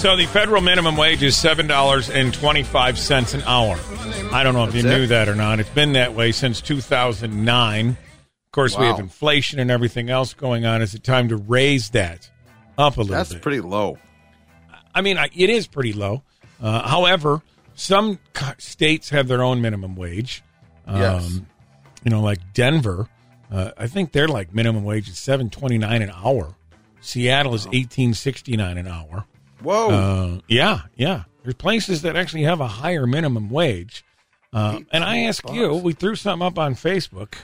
S11: So the federal minimum wage is $7.25 an hour. I don't know if you
S2: That's it?
S11: knew that or not. It's been that way since 2009. Of course, we
S2: Wow.
S11: have inflation and everything else going on. Is it time to raise that up a little
S2: That's
S11: bit?
S2: pretty low.
S11: I mean, I, it is pretty low. Uh, however, some co- states have their own minimum wage. Um,
S2: Yes.
S11: You know, like Denver, uh, I think they're like minimum wage is seven twenty nine an hour. Seattle is eighteen sixty nine an hour.
S2: Whoa.
S11: Uh, yeah, yeah. There's places that actually have a higher minimum wage. Uh, and I ask you, we threw something up on Facebook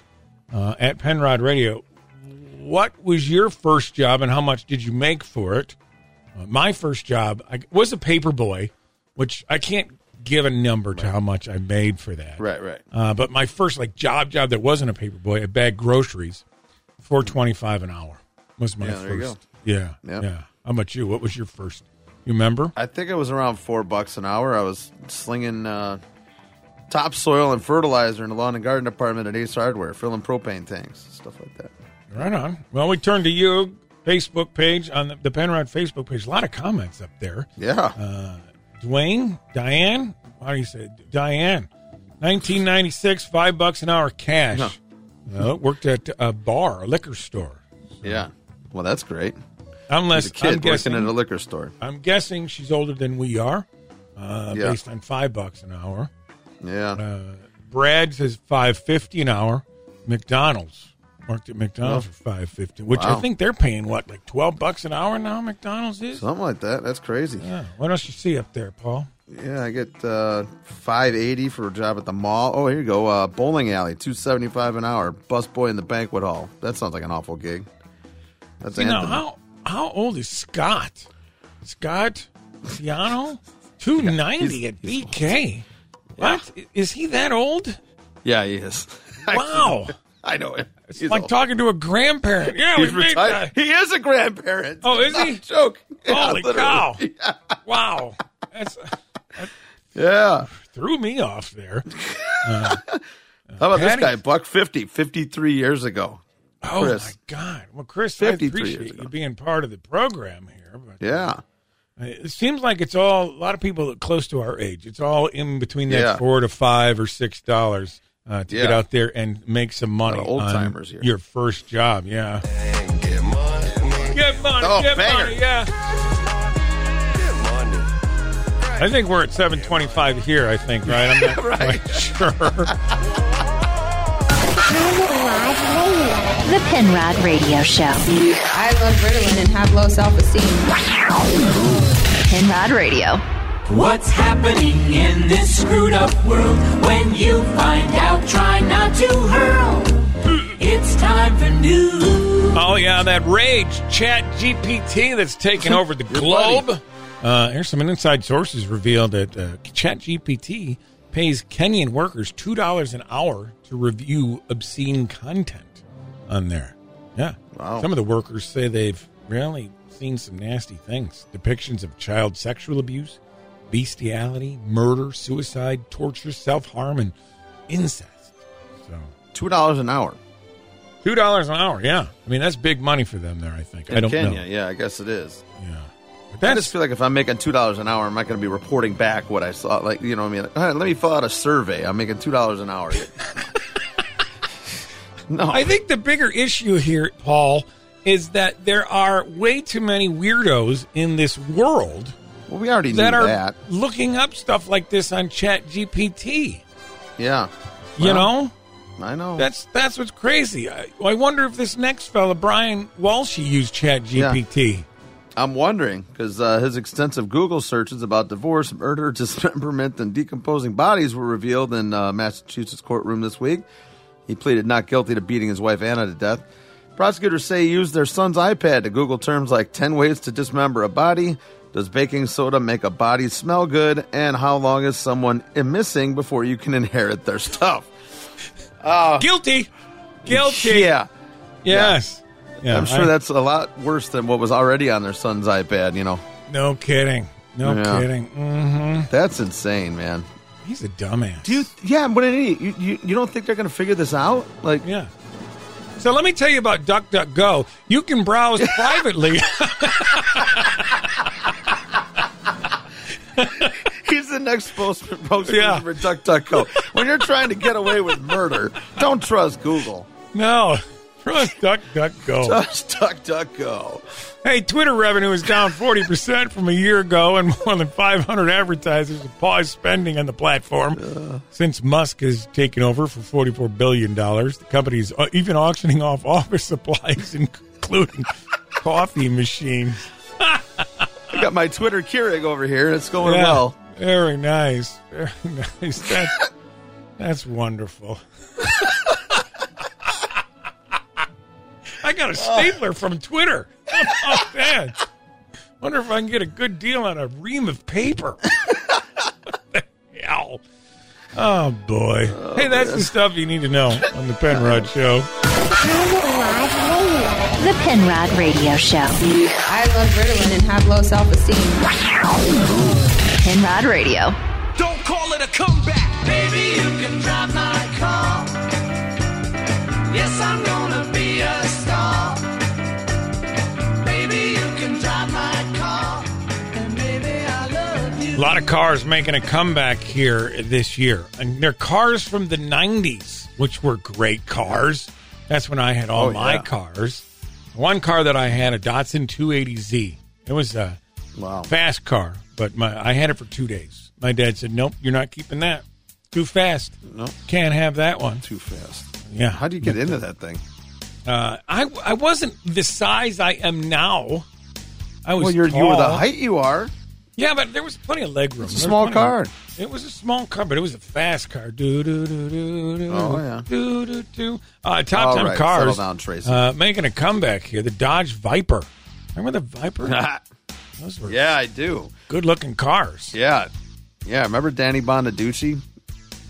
S11: uh, at Penrod Radio. What was your first job and how much did you make for it? Uh, my first job I was a paper boy, which I can't give a number to how much I made for that.
S2: Right, right.
S11: Uh, but my first like job job that wasn't a paper boy, I bagged groceries, four twenty five an hour was my
S2: Yeah,
S11: first.
S2: there you go.
S11: Yeah,
S2: Yep.
S11: yeah. How about you? What was your first? You remember?
S2: I think it was around four bucks an hour. I was slinging uh, topsoil and fertilizer in the lawn and garden department at Ace Hardware, filling propane tanks, stuff like that.
S11: Right on. Well, we turn to you Facebook page on the, the Penrod Facebook page. A lot of comments up there.
S2: Yeah.
S11: Uh, Dwayne, Diane, how do you say it? Diane? Nineteen ninety six, five bucks an hour cash. No, it worked at a bar, a liquor store.
S2: Yeah. Well, that's great.
S11: Unless
S2: As a kid
S11: I'm guessing,
S2: working at a liquor store.
S11: I'm guessing she's older than we are, uh,
S2: Yeah.
S11: based on five bucks an hour.
S2: Yeah.
S11: Uh, Brad's is five fifty an hour. McDonald's worked at McDonald's
S2: Oh.
S11: for five fifty, which
S2: Wow.
S11: I think they're paying what like twelve bucks an hour now. McDonald's is
S2: Something like that. That's crazy.
S11: Yeah. What else you see up there, Paul?
S2: Yeah, I get uh, five eighty for a job at the mall. Oh, here you go. Uh, bowling alley, two seventy five an hour. Busboy in the banquet hall. That sounds like an awful gig. That's
S11: See, now,
S2: Anthony.
S11: how how old is Scott? Scott Ciano, two ninety at BK. What is he that old?
S2: Yeah, he is.
S11: Wow.
S2: I know him.
S11: It's
S2: He's
S11: like
S2: old.
S11: talking to a grandparent. Yeah,
S2: He's
S11: we made
S2: retired.
S11: that.
S2: He is a grandparent.
S11: Oh, is he?
S2: Joke. Yeah,
S11: Holy
S2: literally.
S11: cow! Wow, that's
S2: Yeah.
S11: threw me off there.
S2: How about
S11: Patty-
S2: this guy? Buck 50, 53 years ago.
S11: Oh my
S2: Chris.
S11: God! Well, Chris, I
S2: 53 years
S11: appreciate you being part of the program here. But
S2: Yeah.
S11: it seems like it's all a lot of people that close to our age. It's all in between that
S2: Yeah.
S11: four to five or six dollars uh, to get
S2: Yeah.
S11: out there and make some money.
S2: Lot of old
S11: on
S2: timers here.
S11: Your first job, yeah.
S7: Get money,
S11: Oh,
S7: get
S11: banger.
S7: money, yeah.
S11: I think we're at seven twenty-five here. I think right. I'm not quite sure.
S5: The Penrod Radio Show.
S9: I love Ritalin and have low self esteem.
S5: Penrod Radio.
S10: What's happening in this screwed up world? When you find out, try not to hurl. It's time for news.
S11: Oh yeah, that rage chat GPT that's taking over the globe. Uh, here's some inside sources reveal that uh, chat GPT pays Kenyan workers two dollars an hour to review obscene content on there. Yeah,
S2: Wow.
S11: Some of the workers say they've really seen some nasty things: depictions of child sexual abuse, bestiality, murder, suicide, torture, self harm, and incest. So
S2: Two dollars an hour.
S11: Two dollars an hour. Yeah, I mean that's big money for them there. I think. I
S2: In
S11: don't
S2: Kenya.
S11: know.
S2: Yeah, I guess it is.
S11: Yeah.
S2: I just feel like if I'm making two dollars an hour, I'm not going to be reporting back what I saw. Like, you know, what I mean, All right, let me fill out a survey. I'm making two dollars an hour. here. no,
S11: I think the bigger issue here, Paul, is that there are way too many weirdos in this world.
S2: Well, we already
S11: that
S2: knew
S11: are
S2: that.
S11: looking up stuff like this on Chat GPT.
S2: yeah,
S11: You
S2: Well,
S11: know,
S2: I know.
S11: that's that's what's crazy. I, I wonder if this next fella, Brian Walsh, used Chat GPT.
S2: I'm wondering because uh, his extensive Google searches about divorce, murder, dismemberment, and decomposing bodies were revealed in uh, Massachusetts courtroom this week. He pleaded not guilty to beating his wife Anna to death. Prosecutors say he used their son's iPad to Google terms like 10 ways to dismember a body, does baking soda make a body smell good, and how long is someone missing before you can inherit their stuff. Uh,
S11: Guilty. Guilty.
S2: Yeah.
S11: Yes. Yeah,
S2: I'm sure
S11: I-
S2: that's a lot worse than what was already on their son's iPad, you know.
S11: No kidding. No
S2: Yeah.
S11: kidding. hmm
S2: That's insane, man.
S11: He's a dumbass.
S2: Do you? Yeah, but you, you you don't think they're going to figure this out? Like,
S11: yeah. So let me tell you about DuckDuckGo. You can browse privately.
S2: He's the next spokesman, spokesman
S11: Yeah.
S2: for DuckDuckGo. when you're trying to get away with murder, don't trust Google.
S11: No. Trust DuckDuckGo.
S2: Trust DuckDuckGo.
S11: Hey, Twitter revenue is down 40% from a year ago, and more than 500 advertisers have paused spending on the platform since Musk has taken over for $44 billion. The company is uh, even auctioning off office supplies, including coffee machines.
S2: I got my Twitter Keurig over here. It's going
S11: Yeah.
S2: well.
S11: Very nice. Very nice. That's, that's wonderful. I
S2: Oh.
S11: got a stapler from Twitter. Oh, man. Wonder if I can get a good deal on a ream of paper. What the hell? Oh, boy. hey, that's the stuff you need to know on the Penrod Show.
S5: The Penrod Radio Show.
S9: I love Ritalin and have low self esteem.
S5: Penrod Radio.
S10: Don't call it a comeback. Baby, you can drive my car. Yes, I'm gonna be a star. Baby, you can drive my car. And baby, I love you.
S11: A lot of cars making a comeback here this year. And they're cars from the 90s, which were great cars. That's when I had all
S2: Oh,
S11: my
S2: yeah.
S11: cars. One car that I had, a Datsun 280Z. It was a fast car, but my I had it for two days. My dad said, "Nope, you're not keeping that. Too fast. No, can't have that one.
S2: Too fast.
S11: Yeah.
S2: How do you get into that thing?
S11: Uh, I I wasn't the size I am now. I was.
S2: well, you're, you were the
S11: tall.
S2: height you are.
S11: Yeah, but there was plenty of leg room.
S2: It's a
S11: There was
S2: small
S11: plenty
S2: car.
S11: of- it was a small car, but it was a fast car. Do do do do do.
S2: Oh, yeah.
S11: Do do do. Uh, top
S2: All
S11: ten
S2: right,
S11: cars.
S2: settle down, Tracy.
S11: Uh, making a comeback here. The Dodge Viper. Remember the Viper? Those were
S2: yeah, I do.
S11: good looking cars.
S2: Yeah, yeah. Remember Danny Bonaducci?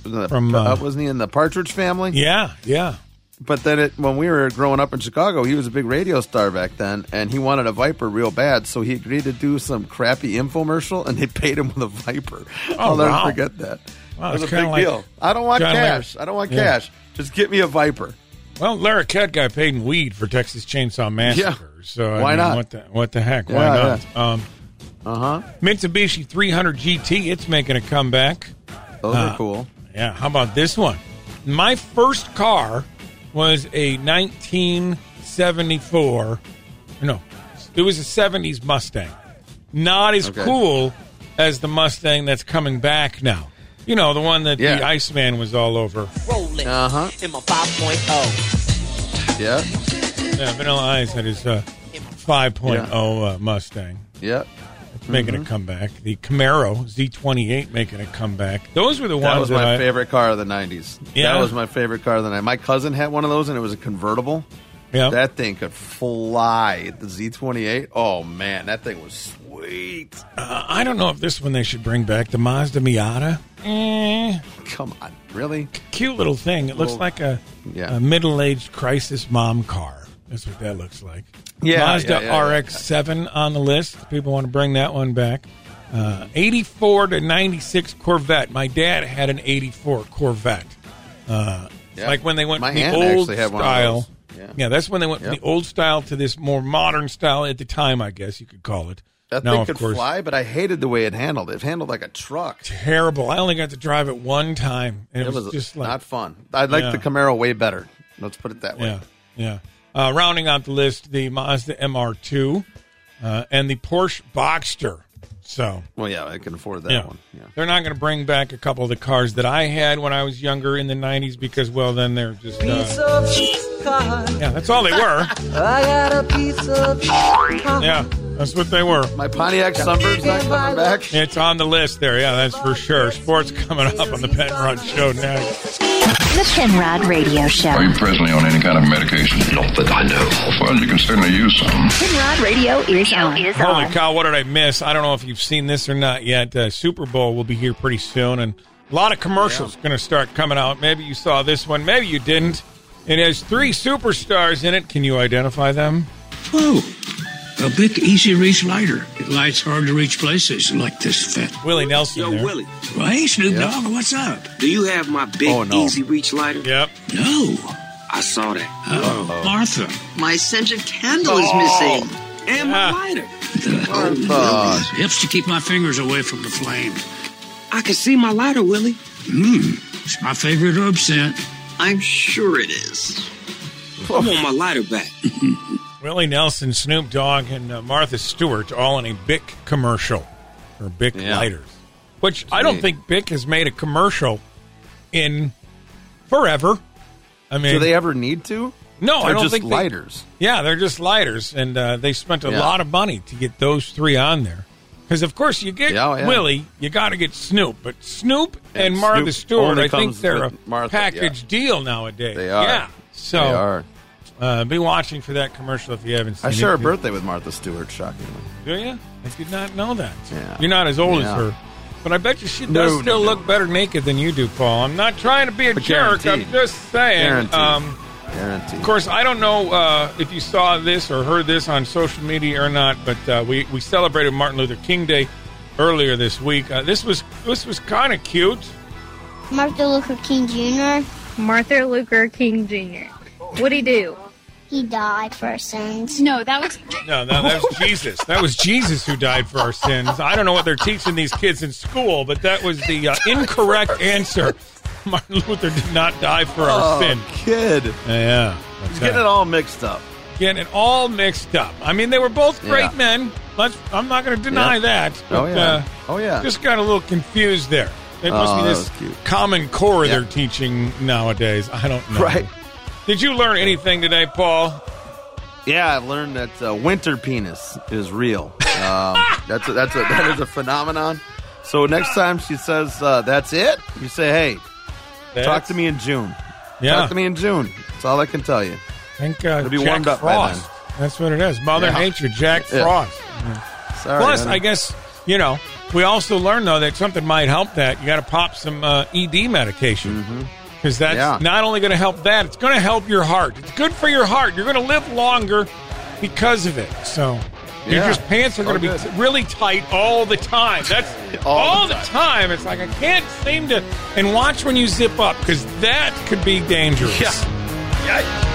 S2: Wasn't that-
S11: From, uh,
S2: wasn't he in the Partridge Family?
S11: Yeah, yeah.
S2: But then, it, when we were growing up in Chicago, he was a big radio star back then, and he wanted a Viper real bad, so he agreed to do some crappy infomercial, and they paid him with a Viper. I'll never
S11: Oh, wow.
S2: forget that.
S11: Wow,
S2: It was a
S11: it's
S2: big
S11: kinda like
S2: deal. I don't want
S11: John
S2: cash.
S11: Lewis.
S2: I don't want
S11: Yeah.
S2: cash. Just get me a Viper.
S11: Well, Larry Cat got paid in weed for Texas Chainsaw Massacre. So I
S2: Why
S11: mean,
S2: not?
S11: What the, what the heck? Why
S2: Yeah,
S11: not? Um,
S2: uh huh.
S11: Mitsubishi 300 GT. It's making a comeback.
S2: Those are
S11: Uh,
S2: cool.
S11: Yeah. How about this one? My first car was a 1974. No, it was a 70s Mustang. Not as
S2: Okay.
S11: cool as the Mustang that's coming back now. You know, the one that the
S2: Yeah.
S11: Iceman was all over.
S12: Rolling
S2: Uh-huh.
S12: in my oh. 5.0.
S2: Yeah,
S11: Yeah, Vanilla Ice had his uh, 5.0 uh, Mustang.
S2: yeah.
S11: It's making
S2: Mm-hmm.
S11: a comeback. The Camaro Z28 making a comeback. Those were the ones
S2: That was my
S11: I-
S2: favorite car of the '90s.
S11: Yeah.
S2: That was my favorite car of the night. My cousin had one of those, and it was a convertible.
S11: Yeah.
S2: That thing could fly. The Z28. Oh man, that thing was sweet.
S11: Uh, I don't know if this one they should bring back the Mazda Miata. Eh,
S2: Come on, really?
S11: cute little thing. It looks
S2: Well,
S11: like a,
S2: yeah.
S11: a middle-aged crisis mom car. That's what that looks like.
S2: Yeah,
S11: Mazda
S2: yeah, yeah, yeah.
S11: RX-7 on the list. People want to bring that one back. Uh, 84 to 96 Corvette. My dad had an 84 Corvette. Uh, it's
S2: Yeah.
S11: Like when they went
S2: My
S11: from the
S2: aunt
S11: old
S2: actually had one of
S11: style.
S2: those.
S11: Yeah.
S2: Yeah.
S11: that's when they went from
S2: Yep.
S11: the old style to this more modern style at the time, I guess you could call it.
S2: That
S11: Now,
S2: thing
S11: of
S2: could
S11: course,
S2: fly, but I hated the way it handled. It handled like a truck.
S11: terrible. I only got to drive it one time, and it,
S2: It
S11: was,
S2: was
S11: just like
S2: not fun. I like
S11: Yeah.
S2: the Camaro way better. Let's put it that way.
S11: yeah, yeah. Uh, rounding out the list, the Mazda MR2 uh, and the Porsche Boxster. So
S2: Well, yeah, I can afford that
S11: yeah.
S2: one. Yeah.
S11: they're not going to bring back a couple of the cars that I had when I was younger in the '90s because, well, then they're just
S13: Piece
S11: uh,
S13: of car.
S11: yeah, that's all they were.
S13: I got a piece of car.
S11: Yeah, that's what they were.
S2: My Pontiac Sunbird's not coming back.
S11: It's on the list there. Yeah, that's for sure. Sports coming up on the Pet and Run Show next.
S5: The Penrod Radio Show.
S15: Are you presently on any kind of medication? Not that I know of. Well, you can certainly use some.
S5: Penrod Radio is on.
S11: Holy cow, what did I miss? I don't know if you've seen this or not yet. Uh, Super Bowl will be here pretty soon, and a lot of commercials going to start coming out. Maybe you saw this one, maybe you didn't. It has three superstars in it. Can you identify them?
S16: Oh, a big easy reach lighter. It lights hard to reach places like this fat.
S11: Willie Nelson.
S16: Yo,
S11: there.
S16: Willie. Well, hey, Snoop
S11: Yeah.
S16: Dogg, what's up?
S18: Do you have my big
S16: Oh, no.
S18: easy reach lighter?
S11: Yep.
S16: No.
S18: I saw that.
S16: Oh, Martha.
S18: My scented candle is
S16: Oh.
S18: missing. And my
S11: Ah,
S18: lighter.
S16: Martha. Helps to keep my fingers away from the flame.
S18: I can see my lighter, Willie.
S16: Mmm. It's my favorite herb scent.
S18: I'm sure it is. I want my lighter back.
S11: Willie Nelson, Snoop Dogg, and uh, Martha Stewart all in a Bic commercial or Bic lighters, which I don't
S2: Sweet.
S11: think Bic has made a commercial in forever. I mean,
S2: Do they ever need to?
S11: No, I
S2: They're
S11: don't
S2: just
S11: think they-
S2: lighters.
S11: yeah, they're just lighters, and uh, they spent a
S2: Yeah.
S11: lot of money to get those three on there. Because of course you get
S2: Yeah, oh, yeah.
S11: Willie, you got to get Snoop, but Snoop and,
S2: And
S11: Martha
S2: Snoop
S11: Stewart,
S2: only
S11: I think
S2: comes
S11: they're a
S2: with Martha,
S11: package deal nowadays.
S2: They are.
S11: Yeah, so
S2: They are.
S11: Uh, be watching for that commercial if you haven't seen
S2: I
S11: it.
S2: share a birthday with Martha Stewart. Shockingly,
S11: Do you? I did not know that.
S2: Yeah.
S11: You're not as old
S2: Yeah.
S11: as her. But I bet you she does
S2: No, no,
S11: still
S2: no.
S11: look better naked than you do, Paul. I'm not trying to be a jerk. I'm
S2: guaranteed.
S11: just saying.
S2: Guaranteed.
S11: Um,
S2: guaranteed.
S11: of course, I don't know uh, if you saw this or heard this on social media or not, but uh, we we celebrated Martin Luther King Day earlier this week. Uh, this was this was kind of cute.
S19: Martha Luther King Jr. Martha Luther King Jr. What'd he do? He died for our sins. No, that was.
S11: No, no, that was Jesus. That was Jesus who died for our sins. I don't know what they're teaching these kids in school, but that was the uh, incorrect answer. Martin Luther did not die for our
S2: Oh,
S11: sin.
S2: kid.
S11: Yeah.
S2: He's getting it all mixed up.
S11: Getting it all mixed up. I mean, they were both great
S2: Yeah.
S11: men. Let's, I'm not going to deny
S2: Yeah.
S11: that.
S2: Oh, yeah.
S11: oh yeah. Just got a little confused there. It must
S2: Oh,
S11: be
S2: that
S11: this
S2: was cute.
S11: common core they're teaching nowadays. I don't know.
S2: Right.
S11: Did you learn anything today, Paul?
S2: Yeah, I learned that uh, winter penis is real. Um, that's a, that's a, that is a phenomenon. So next time she says uh, that's it, you say, "Hey, talk
S11: That's-
S2: to me in June."
S11: Yeah.
S2: Talk to me in June. That's all I can tell you.
S11: Thank uh,
S2: It'll be
S11: Jack
S2: warmed up by
S11: Frost. That's what it is. Mother
S2: Yeah.
S11: Nature, Jack
S2: Yeah.
S11: Frost.
S2: Sorry,
S11: Plus,
S2: honey.
S11: I guess you know we also learned though that something might help that you got to pop some uh, ED medication because that's
S2: Mm-hmm. Yeah.
S11: not only going to help that it's going to help your heart. It's good for your heart. You're going to live longer because of it. So. Your
S2: Yeah.
S11: just pants are
S2: So
S11: going to be
S2: good.
S11: t- really tight all the time. That's all, the, time. It's like I can't seem to. And watch when you zip up because that could be dangerous.
S2: Yeah.